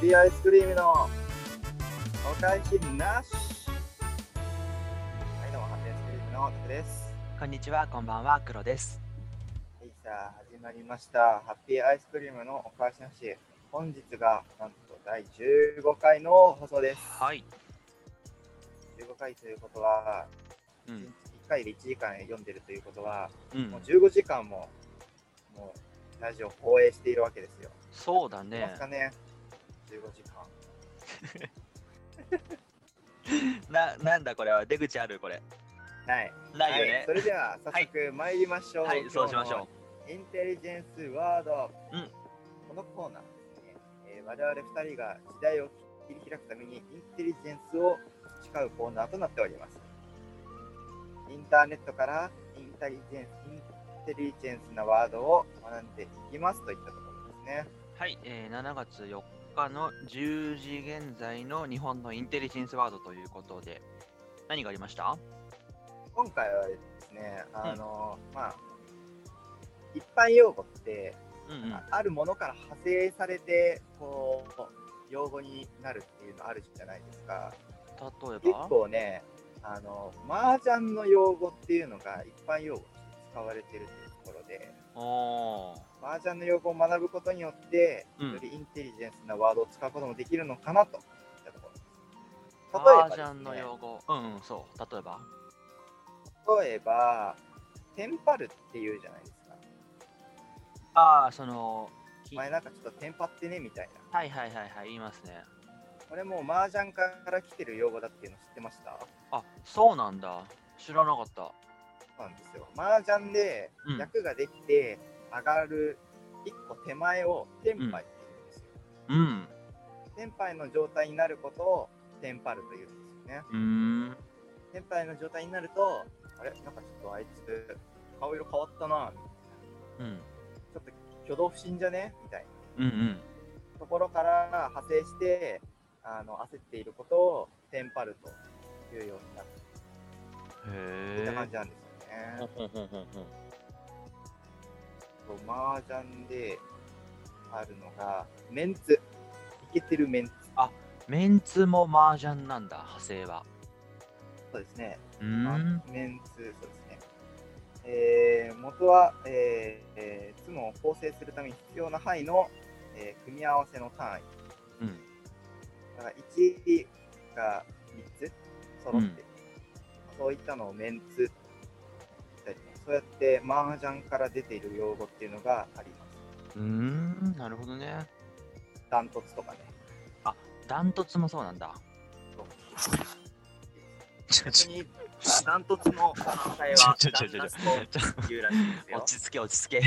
ピーアイスクリームのお返しなしはいどうもハッピーアイスクリームのタクですこんにちは、こんばんは、黒です。はいさあ始まりましたハッピーアイスクリームのお返しなし本日がなんと第15回の放送ですはい。 15回ということはう1ん。回で1時間読んでるということはうんもう、15時間ももうラジオ放映しているわけですよそうだいまねす。かね15時間な、なんだこれは、出口あるこれ。ないないよはいねそ。れでは早速参りましょう、はい、今日のそうしましょインテリジェンスワード、うんこのコーナーですね、えー我々2人が時代を切り開くためにインテリジェンスを誓うコーナーとなっておりますインターネットからインテリジェンスインテリジェンスなワードを学んでいきますといったところですねう。はい、えー、7月4日の10時現在の日本のインテリジェンスワードということで、何がありました今回はですねあの、まあ一般用語ってうんうん。あるものから派生されてこう用語になるっていうのあるじゃないですか例え結ば構ねあの麻雀の用語っていうのが一般用語として使われてるというところでおー。麻雀の用語を学ぶことによってうよん。りインテリジェンスなワードを使うこともできるのかなといったところマージ例えャばンでのすね用語。うんうん、そう。例えば例えばテンパるっていうじゃないですかああ、その、きは前いなんかちょっとテンパってねみたいなはいはいはい、言いますね。これもう麻雀から来てる用語だっていうの知ってましたあ、そうなんだ。知らなかった。そうなんですよ。麻雀でうん役ができて上がる一個手前をテンパイって言うんですよ。うん。テンパイの状態になることをテンパるというんですよね。うーん。テンパイの状態になると、あれなんかちょっとあいつ顔色変わったな、みたいなうん。ちょっと挙動不審じゃねみたいうんうん。なところから派生して、あの焦っていることをテンパるというようになってへいったえ感。じなんですよね。ほんほんほんほんほん麻雀であるのがメンツいけてるメンツメンツも麻雀なんだ、派生は。そうですね、うーまあん。メンツそうですねえー元は、えーえー、ツモを構成するために必要な範囲の、えー組み合わせの単位うん。だから1が3つ揃って、そういったのをメンツだったりそうやって麻雀から出ている用語っていうのがありますうーん、なるほどね。ダントツとかねダントツもそうなんだ。ちょ本当にダントツの答えは ちょダちょンちょナスちょちょというらしい ですよ落。ち着け落ち着け。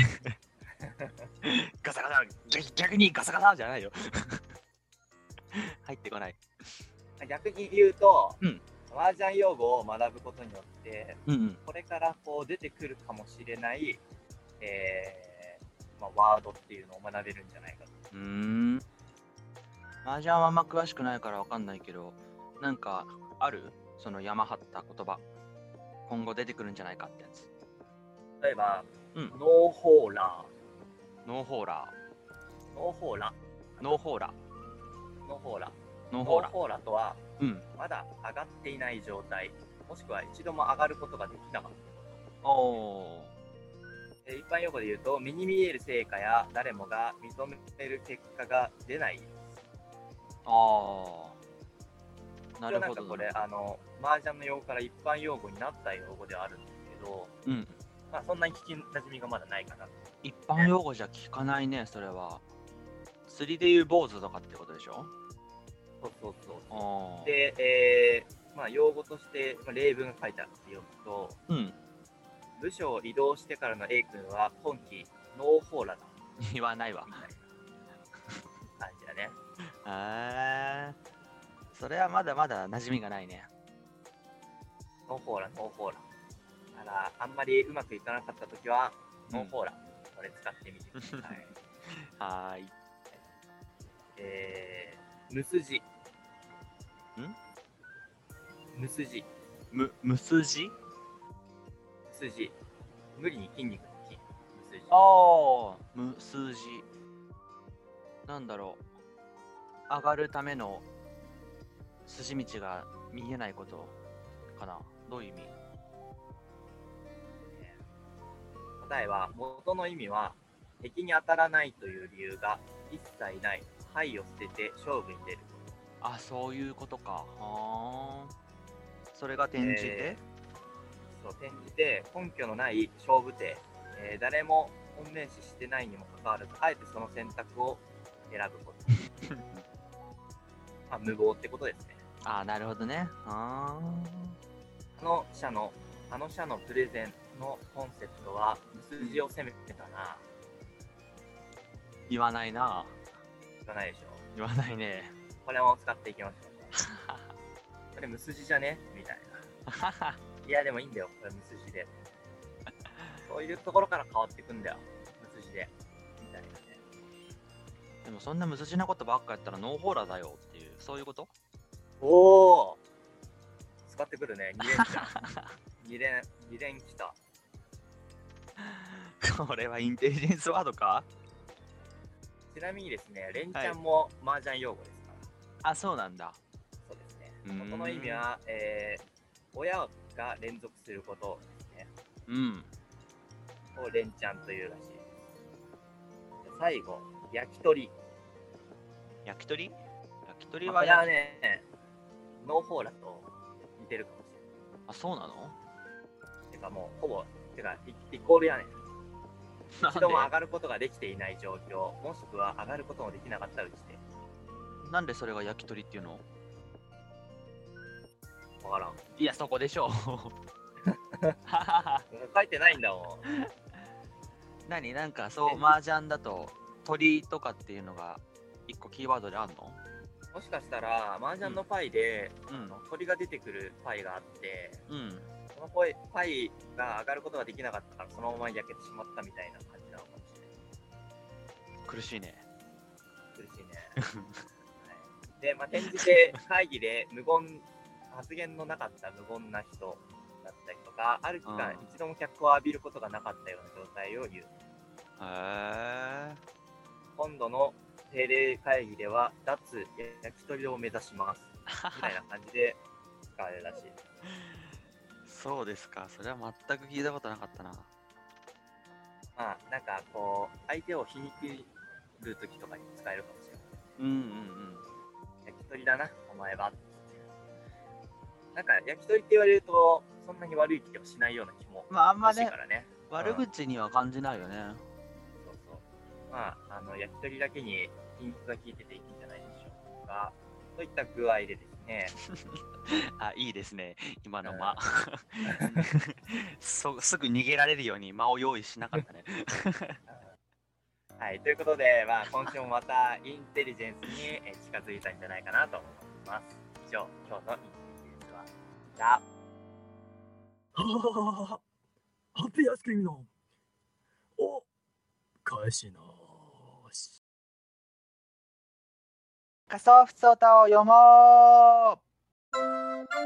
ガサガサ逆逆にガサガサじゃないよ。 入ってこない。逆に言うと、うん麻雀用語を学ぶことによって、うんうん。これからこう出てくるかもしれない、えーまあ、ワードっていうのを学べるんじゃないかと。うーん。麻雀はあんま詳しくないからわかんないけど、なんかあるその山張った言葉。今後出てくるんじゃないかってやつ。例えば、うんノーホーラノーホーラー、ノーホーラ、ー。ノーホーラノーホーラ、ー。ノノーホーラーホーラとは、ー。うん。まだ上がっていない状態、もしくは一度も上がることができなかったこと。おおえー一般用語で言うと目に見える成果や誰もが認める結果が出ないー。ああ。なるなんほかど。これあの麻雀の用語から一般用語になった用語ではあるんですけど、うん。まあ、そんなに聞きなじみがまだないかなと一般用語じゃ聞かないね、それは。釣りで言う坊主とかってことでしょそうそうそうああ。で、えーまあ、用語として、まあ、例文が書いてあるって読むとうん。部署を移動してからの A 君は今期ノーホーラだ 言わないわみ。たいな感じだねへえ。それはまだまだ馴染みがないね。ノーホーラノーホーラだからあんまりうまくいかなかった時はノーホーラ、これ使ってみてくださいはーい。えー、無筋。ん無筋。む、無筋無筋。無理に筋肉の筋。無筋。ああ。無筋。なんだろう。上がるための筋道が見えないことかなどういう意味答えは元の意味は敵に当たらないという理由が一切ない敗を捨てて勝負に出るあそういうことかはあそれが転じて、そう転じて根拠のない勝負手、えー誰も本命視してないにもかかわらずあえてその選択を選ぶことまあ無謀ってことですねあなるほどねああの社のあの社のプレゼンのコンセプトは数字を攻めてたなー言わないな言わないでしょ言わないねこれも使っていきましょ う。これ無筋じゃねみたいな。 いや、でもいいんだよ。これ無筋で。そういうところから変わっていくんだよ。無筋で。みたいなね。でもそんな無筋なことばっかやったらノーホーラーだよっていうそういうことおお使ってくる ね。2連来た。2連、2連来た。 これはインテリジェンスワードかちなみにですね、レンちゃんも麻雀用語ですから。あそうなんだそうですね。うーんこの意味は、えー親が連続することですね。うんをレンちゃんというらしいです。じゃあ最後、焼き鳥。焼き鳥焼き鳥こはれはやね、ノーホーラと似てるかもしあそうなのれない。てかもう、ほぼ、てかイ、イコールやねん。な一度も上んがることができていない状況、もしくは上がることもできなかったうちで。でなんでそれが焼き鳥っていうのわからん。いやそこでしょ う書いてないんだもん。何なんかそう麻雀だと鳥とかっていうのが一個キーワードであんのもしかしたら、麻雀のパイで、うん鳥が出てくるパイがあって、うんそのパイパイが上がることができなかったから、そのまま焼けてしまったみたいな感じなのかもしれない。苦しいね 苦しいね。はいで、まあ、転じて会議で無言、発言のなかった無言な人だったりとか、ある期間うん一度も脚光を浴びることがなかったような状態を言う。へえ今度の定例会議では、脱焼き鳥を目指します。みたいな感じで使われるらしい。そうですかそれは全く聞いたことなかったなまあ、なんかこう、相手を皮肉るときとかに使えるかもしれない。うんうんうん焼き鳥だな、お前は。なんか焼き鳥って言われると、そんなに悪い気をしないような気もまああんましいねからね。悪口には感じないよねそうそう。まあ、あの焼き鳥だけに品質が効いてていいんじゃないでしょうか。といった具合でですね、あいいですね今のうん間 そすぐ逃げられるように間を用意しなかったねはい、ということで、まあ、今週もまたインテリジェンスにえー近づいたんじゃないかなと思います。以上、今日のインテリジェンスは、だ。ははははは。はてやすくみの。お。返しなし。仮想ふつおたを読もう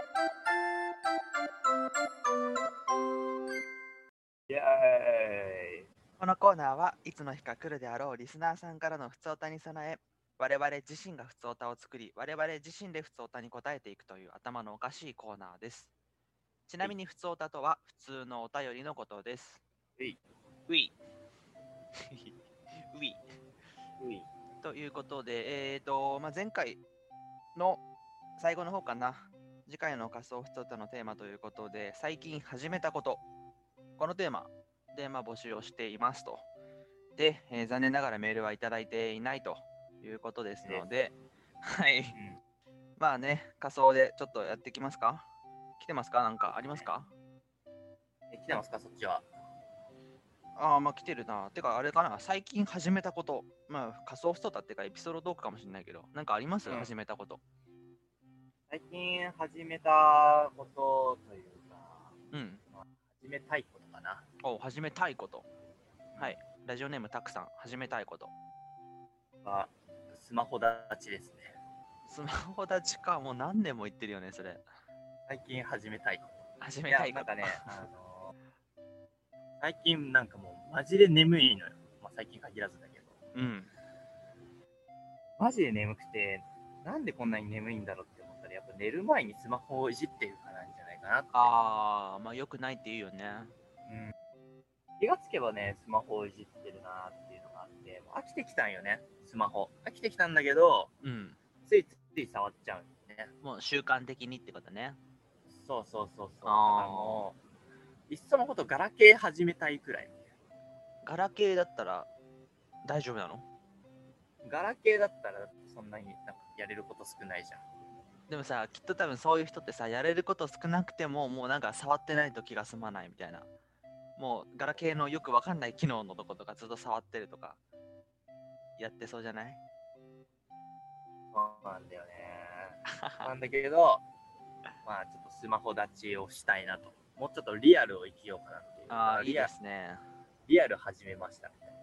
イエーイこのコーナーはいつの日か来るであろうリスナーさんからの普通歌に備え我々自身が普通歌を作り我々自身で普通歌に答えていくという頭のおかしいコーナーですちなみに普通歌とは普通のお便りのことですういういうい。ういということでえーと、まあ、前回の最後の方かな次回の仮想普通歌のテーマということで最近始めたことこのテーマで、まあ、募集をしていますと。で、えー残念ながらメールはいただいていないということですので、はい。まあね、仮想でちょっとやってきますか来てますかなんかありますかえ来てますか、そっちは。ああ、まあ来てるな。てか、あれかな最近始めたこと。まあ、仮想ストータっていうか、エピソードトークかもしれないけど、なんかあります、うん始めたこと。最近始めたことというか、うん。始めたいことかな。お始めたいこと。はい。ラジオネームたくさん、始めたいこと。はスマホ立ちですね。スマホ立ちか、もう何年も言ってるよね、それ。最近始めたいこと。始いめやたいこなんと。かね、あの最近なんかもうマジで眠いのよ。まあ、最近限らずだけど。うん。マジで眠くて、なんでこんなに眠いんだろうって思ったら、やっぱ寝る前にスマホをいじってるからなんじゃないかなって。ああ、まあ良くないって言うよね。気がつけばね、スマホをいじってるなっていうのがあって、もう飽きてきたんよね、スマホ。飽きてきたんだけど、うん。ついつい触っちゃうんよね。もう習慣的にってことね。そうそうそうそう。あだかーらもういっそのことガラケー始めたいくらい。ガラケーだったら大丈夫なのガラケーだったらそんなになんかやれること少ないじゃん。でもさ、きっと多分そういう人ってさ、やれること少なくても、もうなんか触ってないと気が済まないみたいな。もうガラケーのよくわかんない機能のとことかずっと触ってるとか、やってそうじゃないそうなんだよね。 なんだけど、まあちょっとスマホ立ちをしたいなと。もうちょっとリアルを生きようかなっていう。ああ、いいリアですね。リアル始めましたみたいな。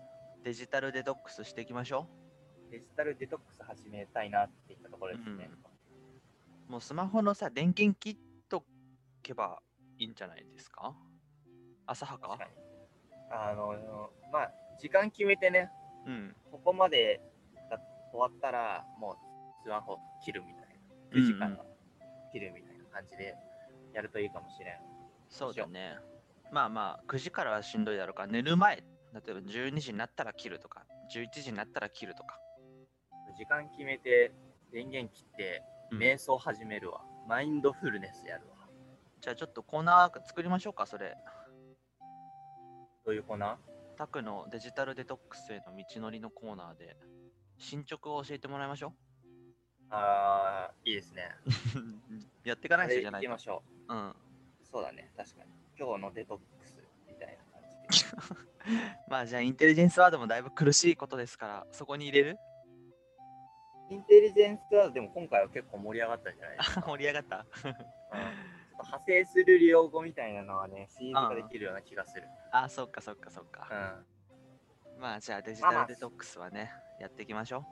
デジタルデトックスしていきましょデジタルデトックス始めたいなっていったところですね。う。もうスマホのさ、電源切っとけばいいんじゃないですか浅はか確かに。あの、まあ時間決めてね、うん。ここまでだ終わったらもうスマホ切るみたいな。9時間うんうんは切るみたいな感じでやるといいかもしれん。そうだね。まあまあ、9時からはしんどいだろうから、寝る前、例えば12時になったら切るとか、11時になったら切るとか。時間決めて電源切ってうん瞑想始めるわ、マインドフルネスやるわじゃあちょっとコーナー作りましょうか、それ。どういうコーナータクのデジタルデトックスへの道のりのコーナーで、進捗を教えてもらいま しょあーいいですねう。やっていかないあとれじゃ行ないきとましょうん。うそうだね確かに今日のデトックスみたいな感じ でまあじゃあ、インテリジェンスワードもだいぶ苦しいことですから、そこに入れるインテリジェンスワードでも今回は結構盛り上がったじゃないです か、盛り上がった。うんちょっと派生する用語みたいなのはねシリーズができるような気がする、あ、そっかそっかそっうん、か。やまあじゃあ、デジタルデトックスはね、やっていきましょ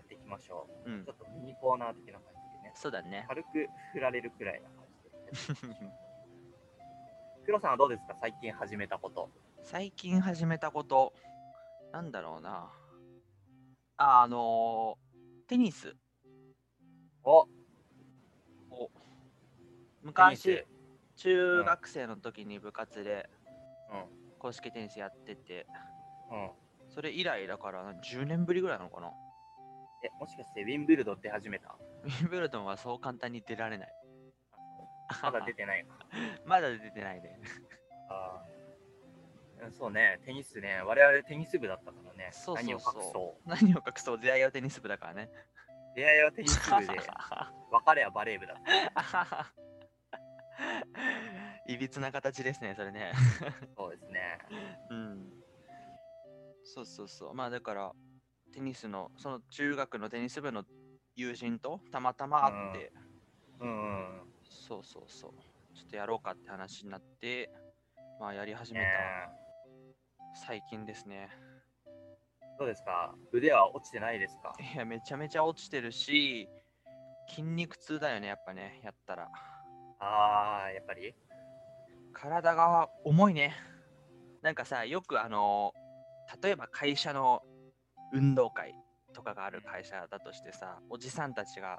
っていきましょう。ううんちょ。っとミニコーナー的な感じでねそうだね。軽く振られるくらいな感じでやっていきましょう黒さんはどうですか最近始めたこと 最近始めたこと、なんだろうな。あ、あのーテニスおを、テニス昔、中学生の時に部活でう公式テニスやってて、んうんそれ以来だから何10年ぶりぐらいなのかな。 え、もしかしてウィンブルドン出始めたウィンブルドンはそう簡単に出られない。まだ出て ないのまだ出てないね。 あーうんそうね、テニスね、我々テニス部だったからね、そうそうそう何を隠そう。何を隠そう、出会いはテニス部だからね。出会いはテニス部で、別れはバレー部だった。 いびつな形ですね、それね。そうですね。うん。そうそうそう。まあだから、テニスの、その中学のテニス部の友人とたまたま会って、うんうん。そうそうそう。ちょっとやろうかって話になって、まあやり始めねた最近ですね。どうですか腕は落ちてないですかいや、めちゃめちゃ落ちてるし、筋肉痛だよね、やっぱね、やったら。ああ、やっぱり体が重いね。なんかさ、よくあの、例えば会社の運動会とかがある会社だとしてさ、おじさんたちが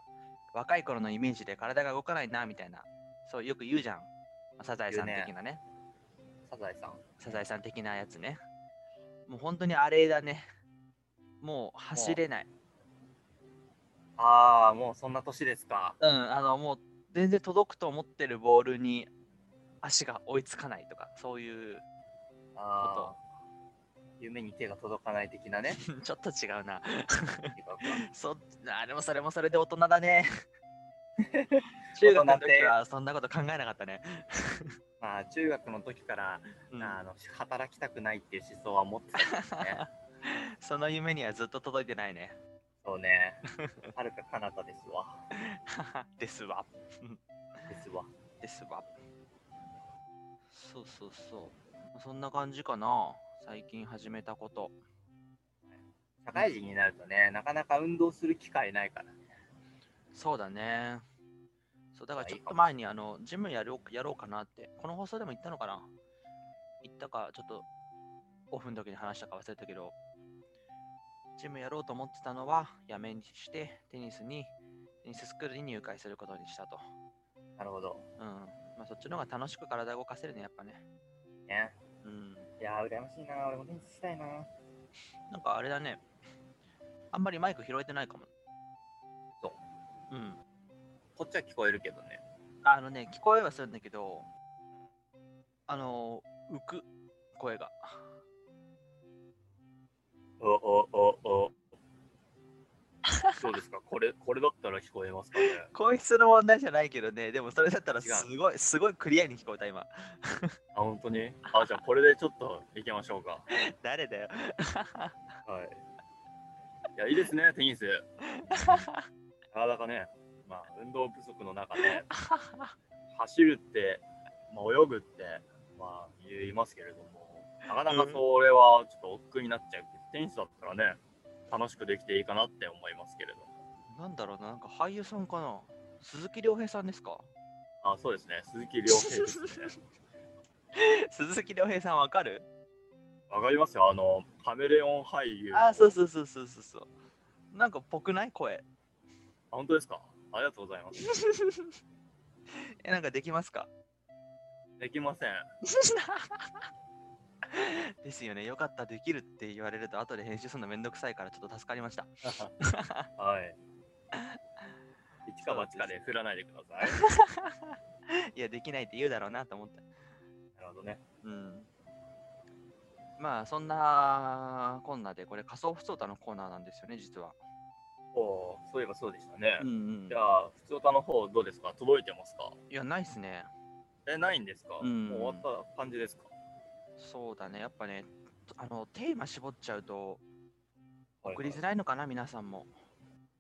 若い頃のイメージで体が動かないなみたいな、そうよく言うじゃん。まあサザエさん言うね的なねサザエさん。サザエさん的なやつね。もう本当にあれだね。もう走れない。ああ、もうそんな年ですか。うん、あの、もう全然届くと思ってるボールに足が追いつかないとか、そういう、 ああ。夢に手が届かない的な ね。ちょっと違うな。そあれもそれもそれで大人だ ね。中学の時はそんなこと考えなかったね。まあ、中学の時から、うんあの働きたくないっていう思想は持ってたんですね。 その夢にはずっと届いてないね。 そうね。はるか彼方ですわ。ですわ。ですわ。ですわ。そうそうそう。そんな感じかな。最近始めたこと。社会人になるとね、なかなか運動する機会ないからね。そうだね。そうだかあらちょいいっかとも前にあのジムやろうやろうかなって、この放送でも言ったのかな言ったか、ちょっとオフの時に話したか忘れたけど、チームやろうと思ってたのはやめにしてテニスにテニススクールに入会することにしたと。なるほど。うん。まあそっちの方が楽しく体動かせるねやっぱね。ね。うん。いやー、羨ましいな。俺もテニスしたいな。なんかあれだね。あんまりマイク拾えてないかも。。そううん。こっちは聞こえるけどね。あのね、聞こえはするんだけど、あの、浮く声が。 おおお お。どうですかこれ、これだったら聞こえますかね。こいつの問題じゃないけどね、でもそれだったらすごい、すごいクリアに聞こえた今。あ、本当にあ、じゃあこれでちょっと行きましょうか。誰だよ。はい。いや、いいですね、テニス。なかなかね、まあ、運動不足の中 で、走るって、まあ、泳ぐって、まあ、言いますけれども、なかなかそれはちょっと億劫になっちゃうけど、テニスだったらね、楽しくできていいかなって思いますけれども。なんだろうな、なんか俳優さんかな鈴木亮平さんですかあ、そうですね、鈴木亮平ですね。 鈴木亮平さんわかるわかりますよ、あの、カメレオン俳優。あ、そうそうそうそうそうそう。なんかぽくない声。 あ本当ですかありがとうございます。え、なんかできます かできません。ですよね。よかった、できるって言われると、後で編集するのめんどくさいから、ちょっと助かりました。 はい。一か八かで振らないでくだ さい。いや、できないって言うだろうなと思った。なるほどね。うん。まあ、そんなこんなで、これ仮想不相談のコーナーなんですよね、実は。おお、そういえばそうでしたね。んじゃあ、普通歌の方どうですか届いてますかいや、ないっすね。え、ないんですか、うんもう終わった感じですかそうだね。やっぱね、あの、テーマ絞っちゃうと、送りづならいのかな、皆さんも。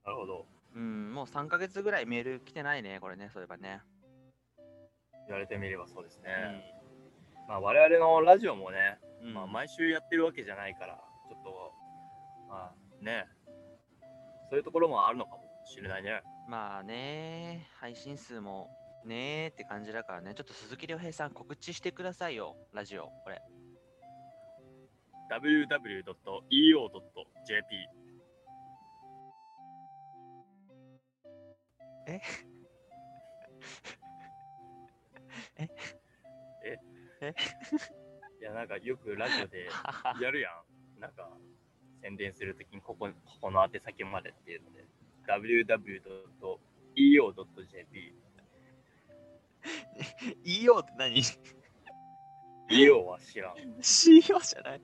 るほど。うん、もう3ヶ月ぐらいメール来てないね、これね、そういえばね。言われてみればそうですね。うんまあ、我々のラジオもね、うんまあ、毎週やってるわけじゃないから、ちょっと、まあ、ね、そういうところもあるのかもしれないね。まあね、配信数もねーって感じだからね、ちょっと鈴木亮平さん告知してくださいよ、ラジオ、 これ。 www.eo.jp え えええいやなんかよくラジオで やるやんなんか宣伝するときにここここの宛先までっていうので www.eo.jp EO って何 EO は知らん ?CO じゃない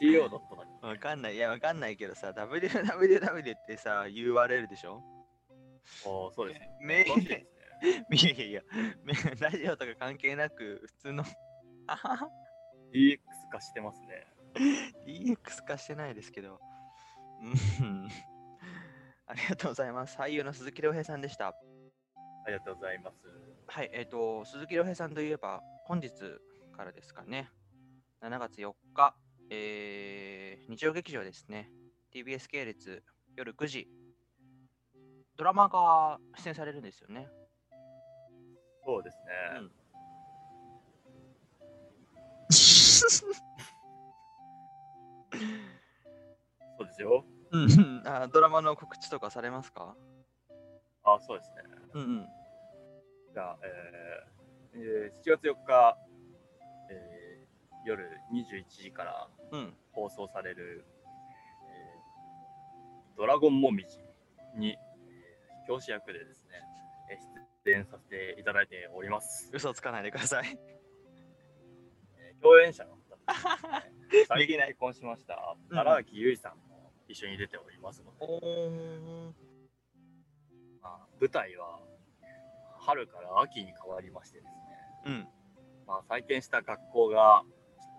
CO. だっただわかんない。いや、わかんないけどさ、www ってさ、URL でしょ おーそうですねメ詳しいですねいやいやいや、めラジオとか関係なく、普通の あはは DX 化してますね DX 化してないですけど。うん。 ありがとうございます。俳優の鈴木亮平さんでした。ありがとうございますはい、えっ、と、鈴木亮平さんといえば、本日からですかね、7月4日、えー日曜劇場ですね、TBS 系列夜9時、ドラマが出演されるんですよね。そうですね、うんそうですようん、あドラマの告知とかされますかあそうですねうんうん。じゃあ、えーえー7月4日、えー夜21時からうん、放送される、えードラゴンもみじに、えー教師役でですね、えー出演させていただいております。嘘つかないでください。、えー共演者の方ですね 最近結婚しました、うん荒木結衣さんも一緒に出ておりますので、まあ、舞台は春から秋に変わりましてですね、うん、まあ、再建した学校がち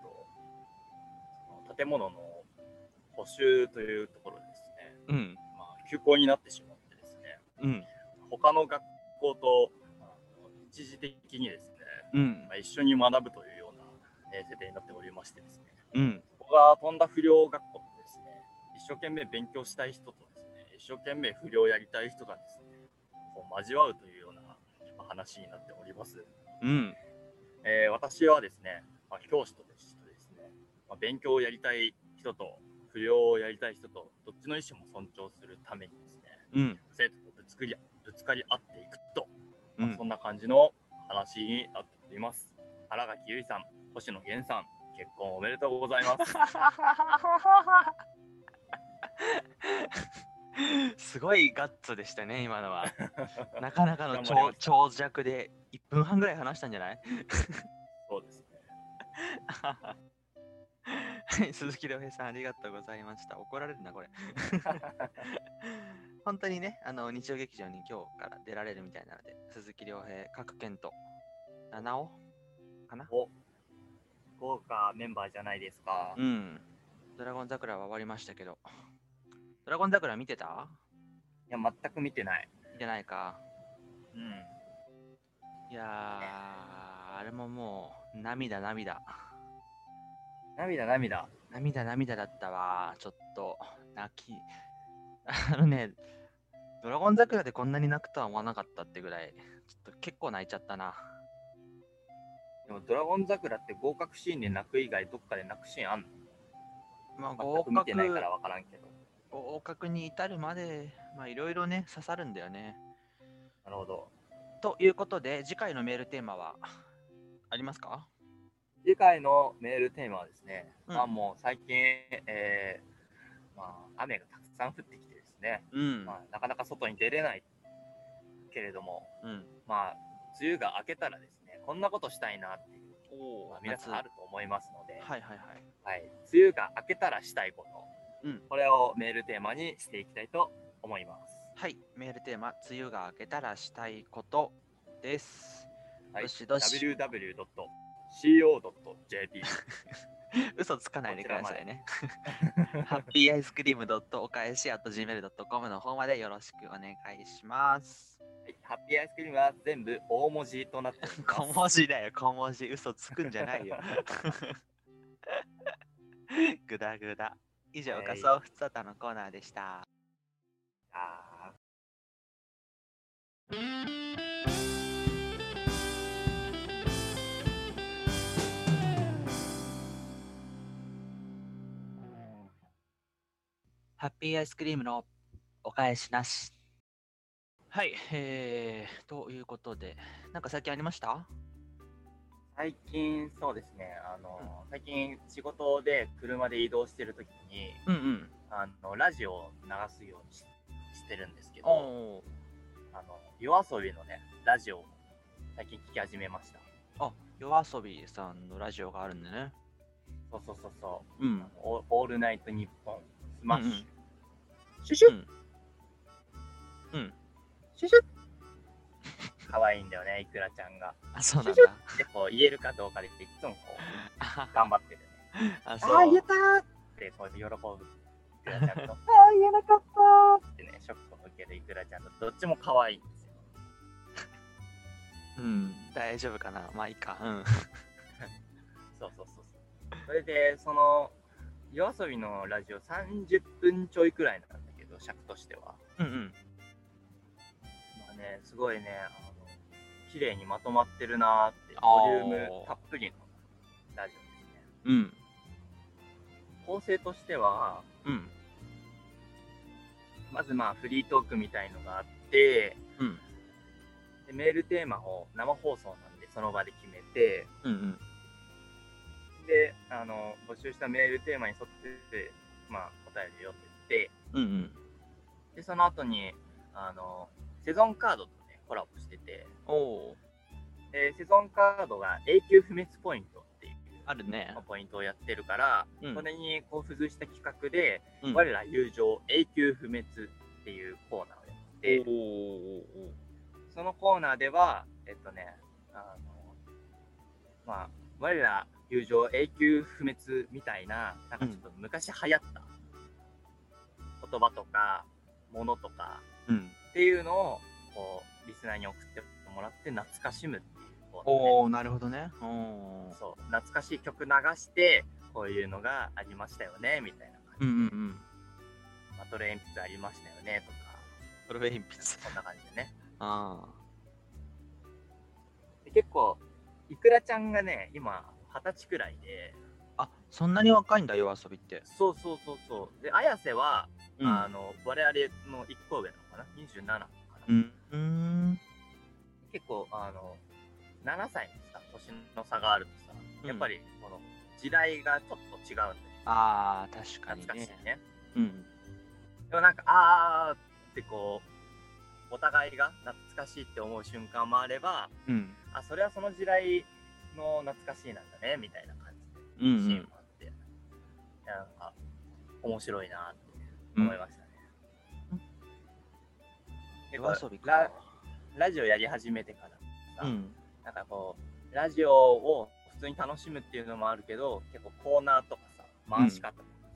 ょっとその建物の補修というところでですね、うん、まあ、休校になってしまってですねうん、他の学校とあの一時的にですね、うんま、あ、一緒に学ぶというような、えー設定になっておりましてですねうん。ここが飛んだ不良学校とですね一生懸命勉強したい人とですね一生懸命不良やりたい人がですねこう交わるというようなまあ話になっております。うん、えー私はですね、まあ、教師としてですね、まあ、勉強をやりたい人と不良をやりたい人とどっちの意思も尊重するためにですねうん。生徒とぶつかりぶつかり合っていくと、うまあんそんな感じの話になっています新垣結衣さん星野源さん結婚おめでとうございます すごいガッツでしたね、今の は。なかなかの頑張りま長長尺で1分半ぐらい話したんじゃない そうですねはい鈴木亮平さん、ありがとうございました。怒られるな、こ れ。本当にね、あの日曜劇場に今日から出られるみたいなので、鈴木亮平、各県と七尾かな豪華メンバーじゃないですか、うん。ドラゴン桜は終わりましたけど。ドラゴン桜見てたいや全く見てない、見てないか。うん、いやー、あれももう、涙涙。涙涙涙涙だったわ。ちょっと、泣き。あのね、ドラゴン桜でこんなに泣くとは思わなかったってぐらい、ちょっと結構泣いちゃったな。でもドラゴン桜って合格シーンで泣く以外どっかで泣くシーンあんのまあ、全合く見格てないから分からんけど合格に至るまで、まあ、いろいろね、刺さるんだよね。なるほどということで、次回のメールテーマは、ありますか次回のメールテーマはですね、うんまあもう最近、えーまあ、雨がたくさん降ってきてですね、うんまあ、なかなか外に出れないけれども、うん。まあ、梅雨が明けたらですね、こんなことしたいなっていう、おまあ、皆さんあると思いますので、はいはいはい。はい、梅雨が明けたらしたいこと、うんこれをメールテーマにしていきたいと思います。はい、メールテーマ、梅雨が明けたらしたいことです。はいどしどし、 www.co.jp 嘘つかないでくださいね。 ハはッピーアイスクリームお返し、あと gmail.com の方までよろしくお願いします。いハッピーアイスクリームは全部大文字となっており ます小文字だよ、小文字、嘘つくんじゃない よ。ぐだぐだ。以上、はい仮想ふつおたのコーナーでした。あハッピーアイスクリームのお返しなし。はい、えー、ということで、なんか最近ありましたー最近そうですねあの、最近仕事で車で移動してる時にうんうん。あのラジオを流すようにししてるんですけおどお。あの夜遊びのねラジオを最近聞き始めましたあ、夜遊びさんのラジオがあるんでね。そうそうそうそうう「んあ。のオールオールナイトニッポン」スマッシュ、うんシュシュッ、うんうんシュシュッ可愛いんだよねいくらちゃんがあ、そうなんシュだシ。でこう言えるかどうかでいつもこう あ頑張ってるあ、ああそ言えう。たーってこう喜ぶイクラちゃんとああ言えなかったーって ねショックを受けるイクラちゃんとどっちも可愛いんですようん。大丈夫かな。まあいいか。うん。そうそうそうそうそれでその夜遊びのラジオ30分ちょいくらいなんだけど尺としてはうんうん。まあねすごいねあの綺麗にまとまってるなーってあボーリュームたっぷりのラジオですねうん。構成としてはうん。まずまあフリートークみたいのがあってうん。でメールテーマを生放送なんでその場で決めてうんうん。であの募集したメールテーマに沿って、まあ、答えるよって言ってうんうん。でその後にあのセゾンカードとねコラボしてておお。でセゾンカードが永久不滅ポイントっていうあるねまあ。ポイントをやってるから、うんそれにこう付随した企画で、うん我ら友情永久不滅っていうコーナーをやっておお。そのコーナーでは、えっとね、あの、まあ、我ら友情永久不滅みたいな、なんかちょっと昔流行った言葉とか、ものとかうん。っていうのを、こう、リスナーに送ってもらって懐かしむっていうコーナーねおお、なるほどね。おお。そう、懐かしい曲流して、こういうのがありましたよね、みたいなうんう感んうん。じ。バトル鉛筆ありましたよね、とか、これ鉛筆。こんな感じでね。ああ。で結構、いくらちゃんがね、今、二十歳くらいで、あ、そんなに若いんだ、夜遊びって。そうそうそうそう。で、綾瀬は、うんあの、我々の一個上なのかな ?27 かな、うん。うーん。結構、あの、7歳のさ、年の差があるとうさ、んやっぱり、この、時代がちょっと違うんだよ。ああ、確かに懐かしね。いね。うん。でもなんか、あーってこう、お互いが懐かしいって思う瞬間もあれば、うん。あ、それはその時代の懐かしいなんだね、みたいな感うんじうで、シーンん。もあって、なんか、面白いなって思いましたね。うん結構夜遊びラか。ラジオやり始めてからさ、うん。なんかこう、ラジオを普通に楽しむっていうのもあるけど、結構コーナーとかさ、回し方とかさ、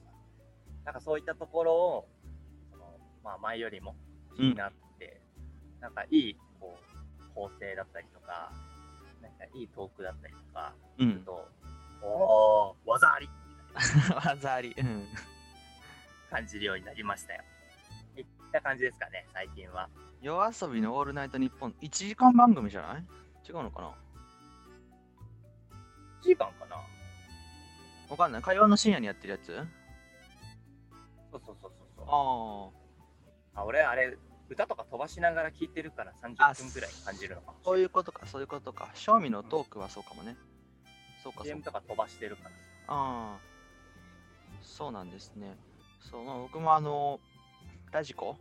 なんかそういったところを、そのまあ前よりも気になって、なんかいい、こう、構成だったりとか、なんかいいトークだったりとか、うちょっん。と、おー、技ありみたいな 技あり。うん。感じるようになりましたよ。いった感じですかね、最近は。夜遊びのオールナイトニッポン、1時間番組じゃない違うのかな1時間かなわかんない。火曜の深夜にやってるやつそうそうそうそうそう。ああ。あ俺あれ歌とか飛ばしながら聞いてるからあ30分ぐらい感じるのかもしれそなういいうことか、そういうことか。賞味のトークはそうかもね。そうか、そうか CM。とか飛ばしてるからああ、そうなんですね。そう、まあ、僕もあの、ラジコ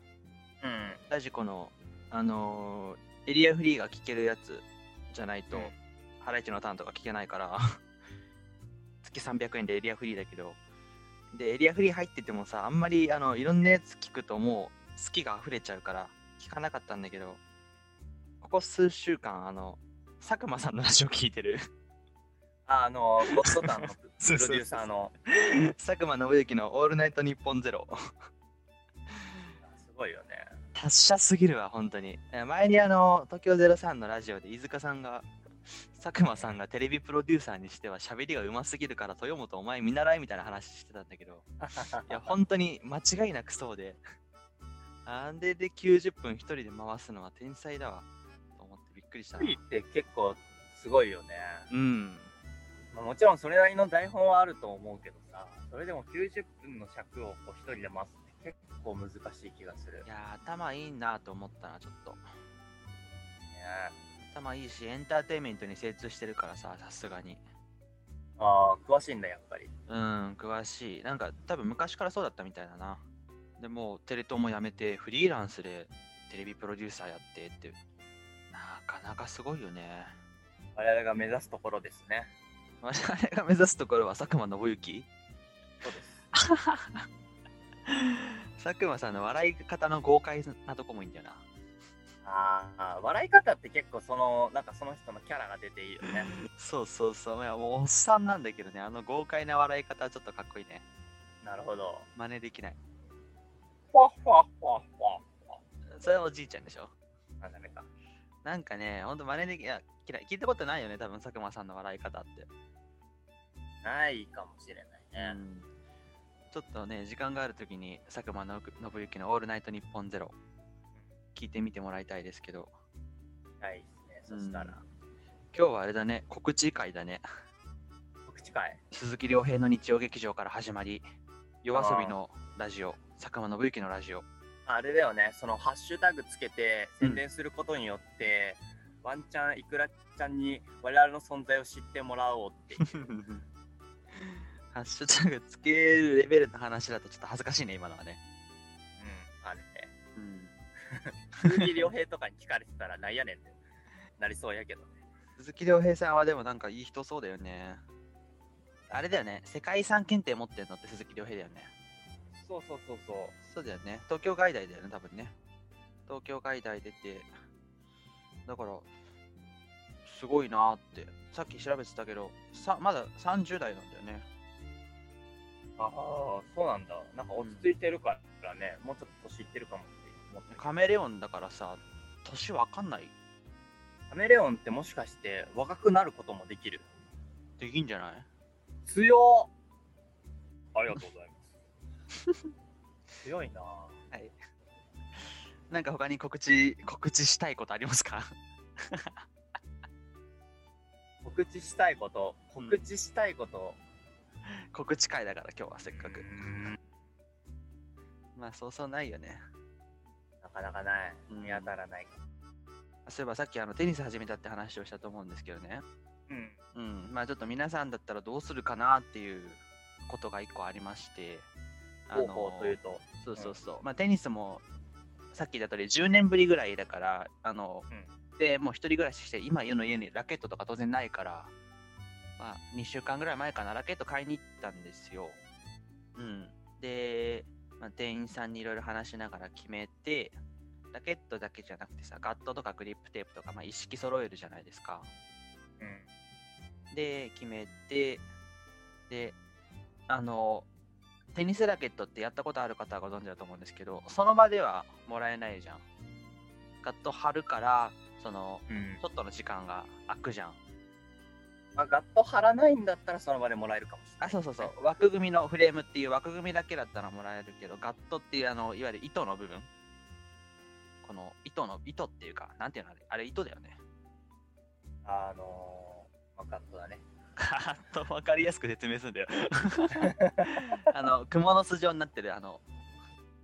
うんラジコの、あのーエリアフリーが聞けるやつじゃないとうん、ハライチのターンとか聞けないから、 月300円でエリアフリーだけど、で、エリアフリー入っててもさ、あんまり、あの、いろんなやつ聞くともう、好きが溢れちゃうから、聞かなかったんだけど、ここ数週間、あの、佐久間さんのラジオ聞いてる。ああのゴッドタンのプそロ うそうそうデューサーの佐久間信之のオールナイトニッポンゼロ。すごいよね達者すぎるわ、本当に。え前にあの、東京03のラジオで飯塚さんが、佐久間さんがテレビプロデューサーにしては喋りがうますぎるから豊本お前見習いみたいな話してたんだけど、いや、本当に間違いなくそうで、あんでで90分一人で回すのは天才だわ、と思ってびっくりしたな。 P って結構すごいよね、うん。まあ、もちろんそれなりの台本はあると思うけどさそれでも90分の尺をこう一人で回すって結構難しい気がするいや、頭いいなと思ったな、ちょっと。ね頭いいし、エンターテインメントに精通してるからさ、さすがに。ああ詳しいんだやっぱりうん、詳しい。なんか多分昔からそうだったみたいだな。でもうテレ東も辞めてフリーランスでテレビプロデューサーやってって、なかなかすごいよね。我々が目指すところですね我々が目指すところは佐久間信之そうです 佐久間さんの笑い方の豪快なとこもいいんだよな。ああ笑い方って結構そのなんかその人のキャラが出ていいよねそうそうそう。いやもうおっさんなんだけどね、あの豪快な笑い方はちょっとかっこいいね。なるほど真似できない。ファッファッファッファそれはおじいちゃんでしょ。ッあダメかなんかね、ほんと真似できない。嫌い聞いたことないよね、多分佐久間さんの笑い方って。ないかもしれないね、ちょっとね、時間があるときに佐久間の信之の「オールナイトニッポンゼロ聞いてみてもらいたいですけど、ないですねそしたら、今日はあれだね、告知会だね。口かい鈴木亮平の日曜劇場から始まり、夜遊びのラジオ、佐久間信之のラジ オ。あれだよねそのハッシュタグつけて宣伝することによって、ワンチャンいくらちゃんに我々の存在を知ってもらおうって いうハッシュタグつけるレベルの話だとちょっと恥ずかしいね、今のはね。うんあれね鈴木亮平とかに聞かれてたらなんやねんってなりそうやけどね鈴木亮平さんはでもなんかいい人そうだよね。あれだよね、世界遺産検定持ってるのって鈴木亮平だよね。そうそうそうそうそうだよね。東京外大だよね、多分ね。東京外大出て、だから、すごいなーって、さっき調べてたけど、さまだ30代なんだよね。ああそうなんだなんか落ち着いてるからね、もうちょっと年いってるかもって思ってるカメレオンだからさ、年わかんない。カメレオンってもしかして若くなることもできるできんじゃない強ありがとうござい ます。強いなぁなんか他に告知、告知したいことありますか 告知したいこと、うん告知したいこと、告知会だから今日はせっかく。まあそうそうないよね。なかなかない。うん見当たらない。そういえばさっきあのテニス始めたって話をしたと思うんですけどね。うん。うん、まあちょっと皆さんだったらどうするかなっていうことが一個ありまして、あ方の法というと、そうそうそう、まあテニスもさっき言った通り10年ぶりぐらいだから、あの、でもう一人暮らしして今家の家にラケットとか当然ないから、まあ2週間ぐらい前かなラケット買いに行ったんですよ。うん。で、まあ、店員さんにいろいろ話しながら決めて、ラケットだけじゃなくてさ、ガットとかグリップテープとか、まあ、一式揃えるじゃないですか。で決めてであのテニスラケットってやったことある方はご存知だと思うんですけどその場ではもらえないじゃんガッと張るからそのうんうんちょっとの時間が空くじゃんまあ、ガット張らないんだったらその場でもらえるかもしれないあそうそうそう枠組みのフレームっていう枠組みだけだったらもらえるけどガットっていうあのいわゆる糸の部分この糸の糸っていうかなんていうのあれあれ糸だよねあのー、まあ、ガットだね ガッと分かりやすく説明するんだよ あの蜘蛛の巣状になってるあの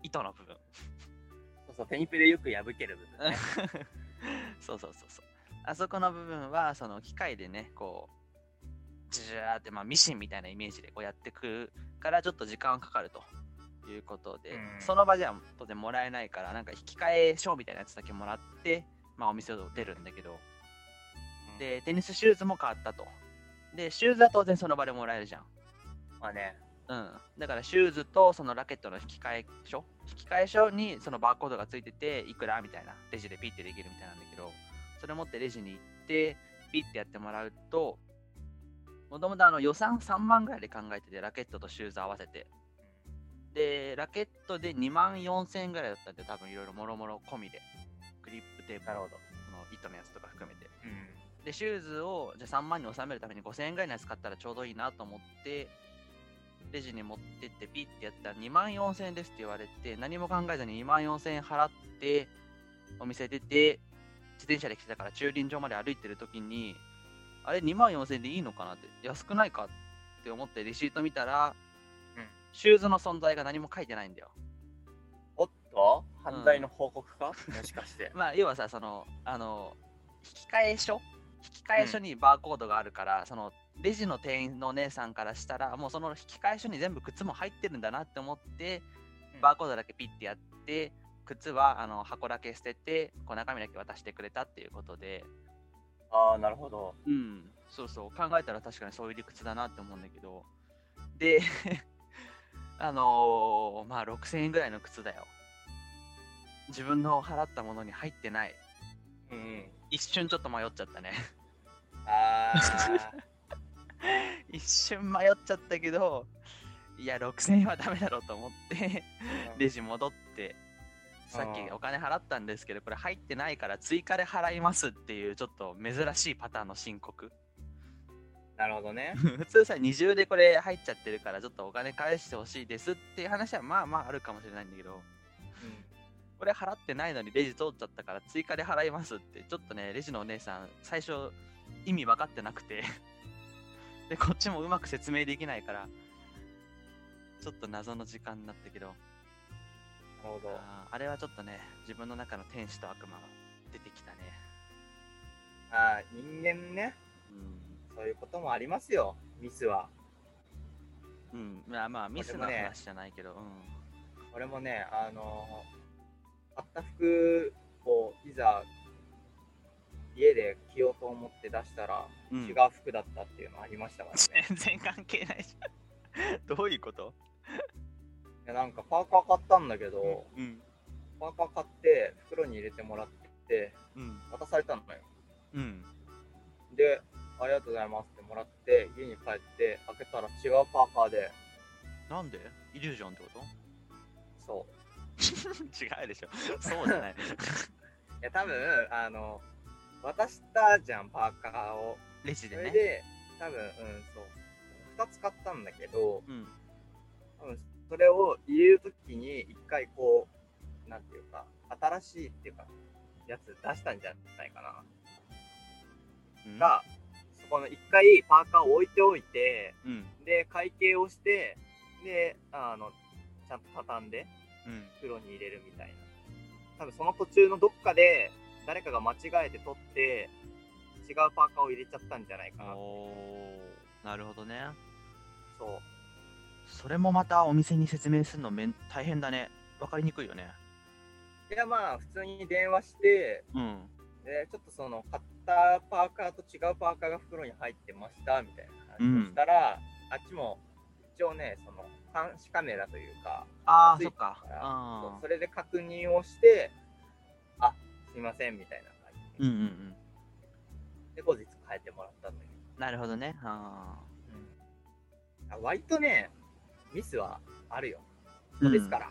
糸の部分そうそうテニプレよく破ける部分ねそうそうそうそう。あそこの部分は、その機械でね、こう、ジュジューって、まあ、ミシンみたいなイメージでこうやってくから、ちょっと時間かかるということで、うんその場じゃ当然もらえないから、なんか引き換え賞みたいなやつだけもらって、まあ、お店を出るんだけど、うんで、テニスシューズも買ったと。で、シューズは当然その場でもらえるじゃん。まあねうん、だからシューズとそのラケットの引き換え書引き換え書にそのバーコードがついてていくらみたいなレジでピッてできるみたいなんだけどそれ持ってレジに行ってピッてやってもらうともともとあの予算3万ぐらいで考えててラケットとシューズ合わせてでラケットで2万4000円ぐらいだったんで多分いろいろもろもろ込みでグリップテープなるのほど、糸のやつとか含めてうん、でシューズをじゃあ3万に収めるために5000円ぐらいのやつ買ったらちょうどいいなと思ってレジに持ってってピッてやったら2万4000円ですって言われて何も考えずに2万4000円払ってお店出て自転車で来てたから駐輪場まで歩いてる時にあれ2万4000円でいいのかなって安くないかって思ってレシート見たら、うんシューズの存在が何も書いてないんだよおっと犯罪の報告か、もしか してまあ要はさそのあの引き換え書引き換え書にバーコードがあるから、そのレジの店員のお姉さんからしたらもうその引き換え書に全部靴も入ってるんだなって思ってうんバーコードだけピッてやって靴はあの箱だけ捨ててこう中身だけ渡してくれたっていうことでああなるほどうんそうそう考えたら確かにそういう理屈だなって思うんだけどで あのーまあ6000円ぐらいの靴だよ自分の払ったものに入ってないうんうん一瞬ちょっと迷っちゃったねあ 一瞬迷っちゃったけどいや6000円はダメだろうと思って ーレジ戻ってさっきお金払ったんですけどこれ入ってないから追加で払いますっていうちょっと珍しいパターンの申告なるほどね普通さ二重でこれ入っちゃってるからちょっとお金返してほしいですっていう話はまあまああるかもしれないんだけどこれ払ってないのにレジ通っちゃったから追加で払いますってちょっとねレジのお姉さん最初意味分かってなくて でこっちもうまく説明できないからちょっと謎の時間になったけどなるほどあーあれはちょっとね自分の中の天使と悪魔が出てきたねああ、人間ね、そういうこともありますよ、ミスは。うん、うん、まあまあミスでのもね話じゃないけど、俺もね、あのー買った服をいざ家で着ようと思って出したら、うん、違ううん服だったっていうのありましたから ね。全然関係ないじゃん どういうこといやなんかパーカー買ったんだけど、うんパーカー買って袋に入れてもらってうん渡されたのよ。うんで、ありがとうございますってもらって家に帰って開けたら違うパーカーで、なんでイリュージョンってこと そう。違うでしょそうじゃないいや多分あの渡したじゃんパーカーをレジそれでねで多分うんそう2つ買ったんだけどうん多分それを入れるときに一回こうなんていうか新しいっていうかやつ出したんじゃないかな、うんがそこの一回パーカーを置いておいて、うん。で、会計をして、で、あの、ちゃんと畳んで、うん。袋に入れるみたいな。多分その途中のどっかで、誰かが間違えて取って、違うパーカーを入れちゃったんじゃないかな。おーなるほどねそう。それもまたお店に説明するのめん大変だねわかりにくいよねいや、まあ、普通に電話して、うんで、ちょっとその、買ったパーカーと違うパーカーが袋に入ってました、みたいな話をしたら、あっちも、一応ね、その、監視カメラというか、ああ暑いそっかからそうあそれで確認をして、あすいませんみたいな感ーじうんうんうんで、後日変えてもらったのに、なるほどねああ割とね、ミスはあるよ。ーですから、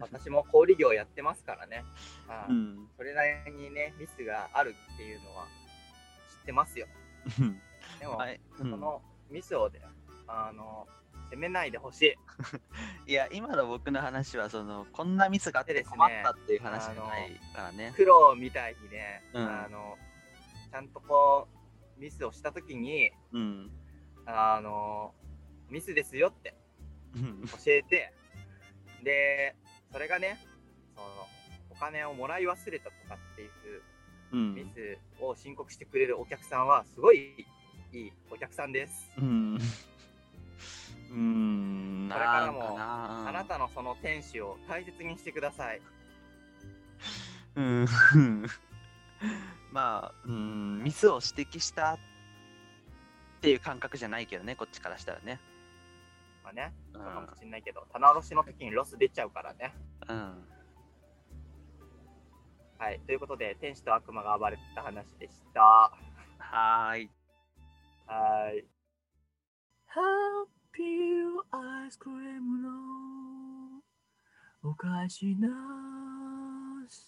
私も小売業やってますからね、あうんうんそれなりにね、ミスがあるっていうのは知ってますよ。 でも、はいそのミスをで、あの、責めないでほしい。いや今の僕の話はそのこんなミスがあっでてですね困ったっていう話じゃないからね苦労みたいにね、うんあの、ちゃんとこう、ミスをしたときに、うんあの、ミスですよってうん教えて、で、それがね、その、お金をもらい忘れたとかっていううミんスを申告してくれるお客さんは、すごいいいお客さんです。うんうんこれからもなんなあなたのその天使を大切にしてください。うん うんまあうんミスを指摘したっていう感覚じゃないけどねこっちからしたらねまあね、うそうかもんしんないけど、棚卸しの時にロス出ちゃうからね。うんはい、ということで、天使と悪魔が暴れた話でした。ははーいーい。ハッピーアイスクリームのお返しなし。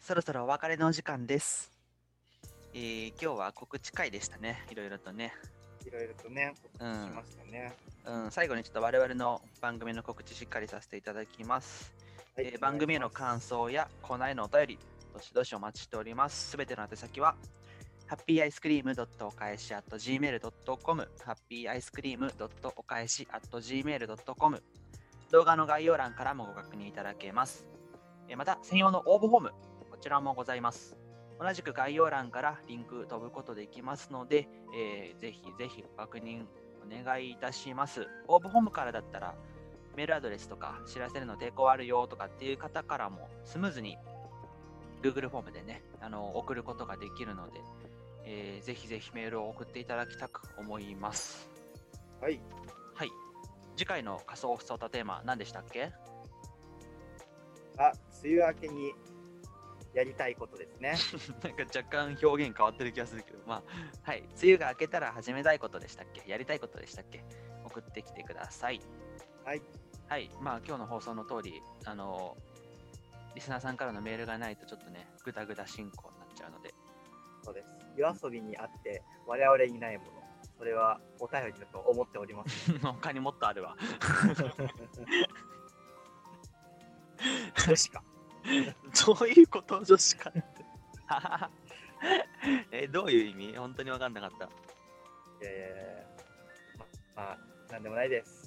そろそろお別れのお時間ですえー今日は告知会でしたねいろいろとねいろいろとね、うしんましたね。うん、最後にちょっと我々の番組の告知しっかりさせていただきます。はいえー番組への感想やコーナーへのお便り、どしどしお待ちしております。すべての宛先は、ハッピーアイスクリームお返し at gmail.com、ハッピーアイスクリームお返し at gmail.com、動画の概要欄からもご確認いただけます。えーまた、専用の応募フォーム、こちらもございます。同じく概要欄からリンク飛ぶことできますので、えーぜひぜひご確認お願いいたします。応募ホームからだったら、メールアドレスとか知らせるの抵抗あるよとかっていう方からもスムーズに Google フォームでね、あの送ることができるので、えーぜひぜひメールを送っていただきたく思います。はい。はい。次回の仮想不相たテーマ何でしたっけあ、梅雨明けにやりたいことですね。なんか若干表現変わってる気がするけど、まあ、はい。梅雨が明けたら始めたいことでしたっけやりたいことでしたっけ送ってきてください。はい。はい。まあ、今日の放送の通り、あのリスナーさんからのメールがないと、ちょっとね、ぐだぐだ進行になっちゃうので、 そうです。夜遊びにあって我々にないもの、それはお便りだと思っております。他にもっとあるわ。女子か。 どういうこと女子かって。 え、どういう意味本当に分かんなかった。えー、まあ、なんでもないです。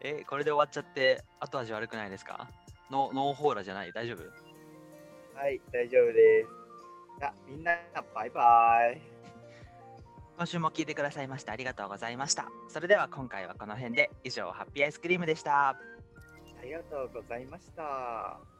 え、これで終わっちゃって、後味悪くないですかノノーホーラじゃない大丈夫はい、大丈夫です。じゃあ、みんな、バイバイ。今週も聞いてくださいましてありがとうございました。それでは今回はこの辺で以上ハッピーアイスクリームでした。ありがとうございました。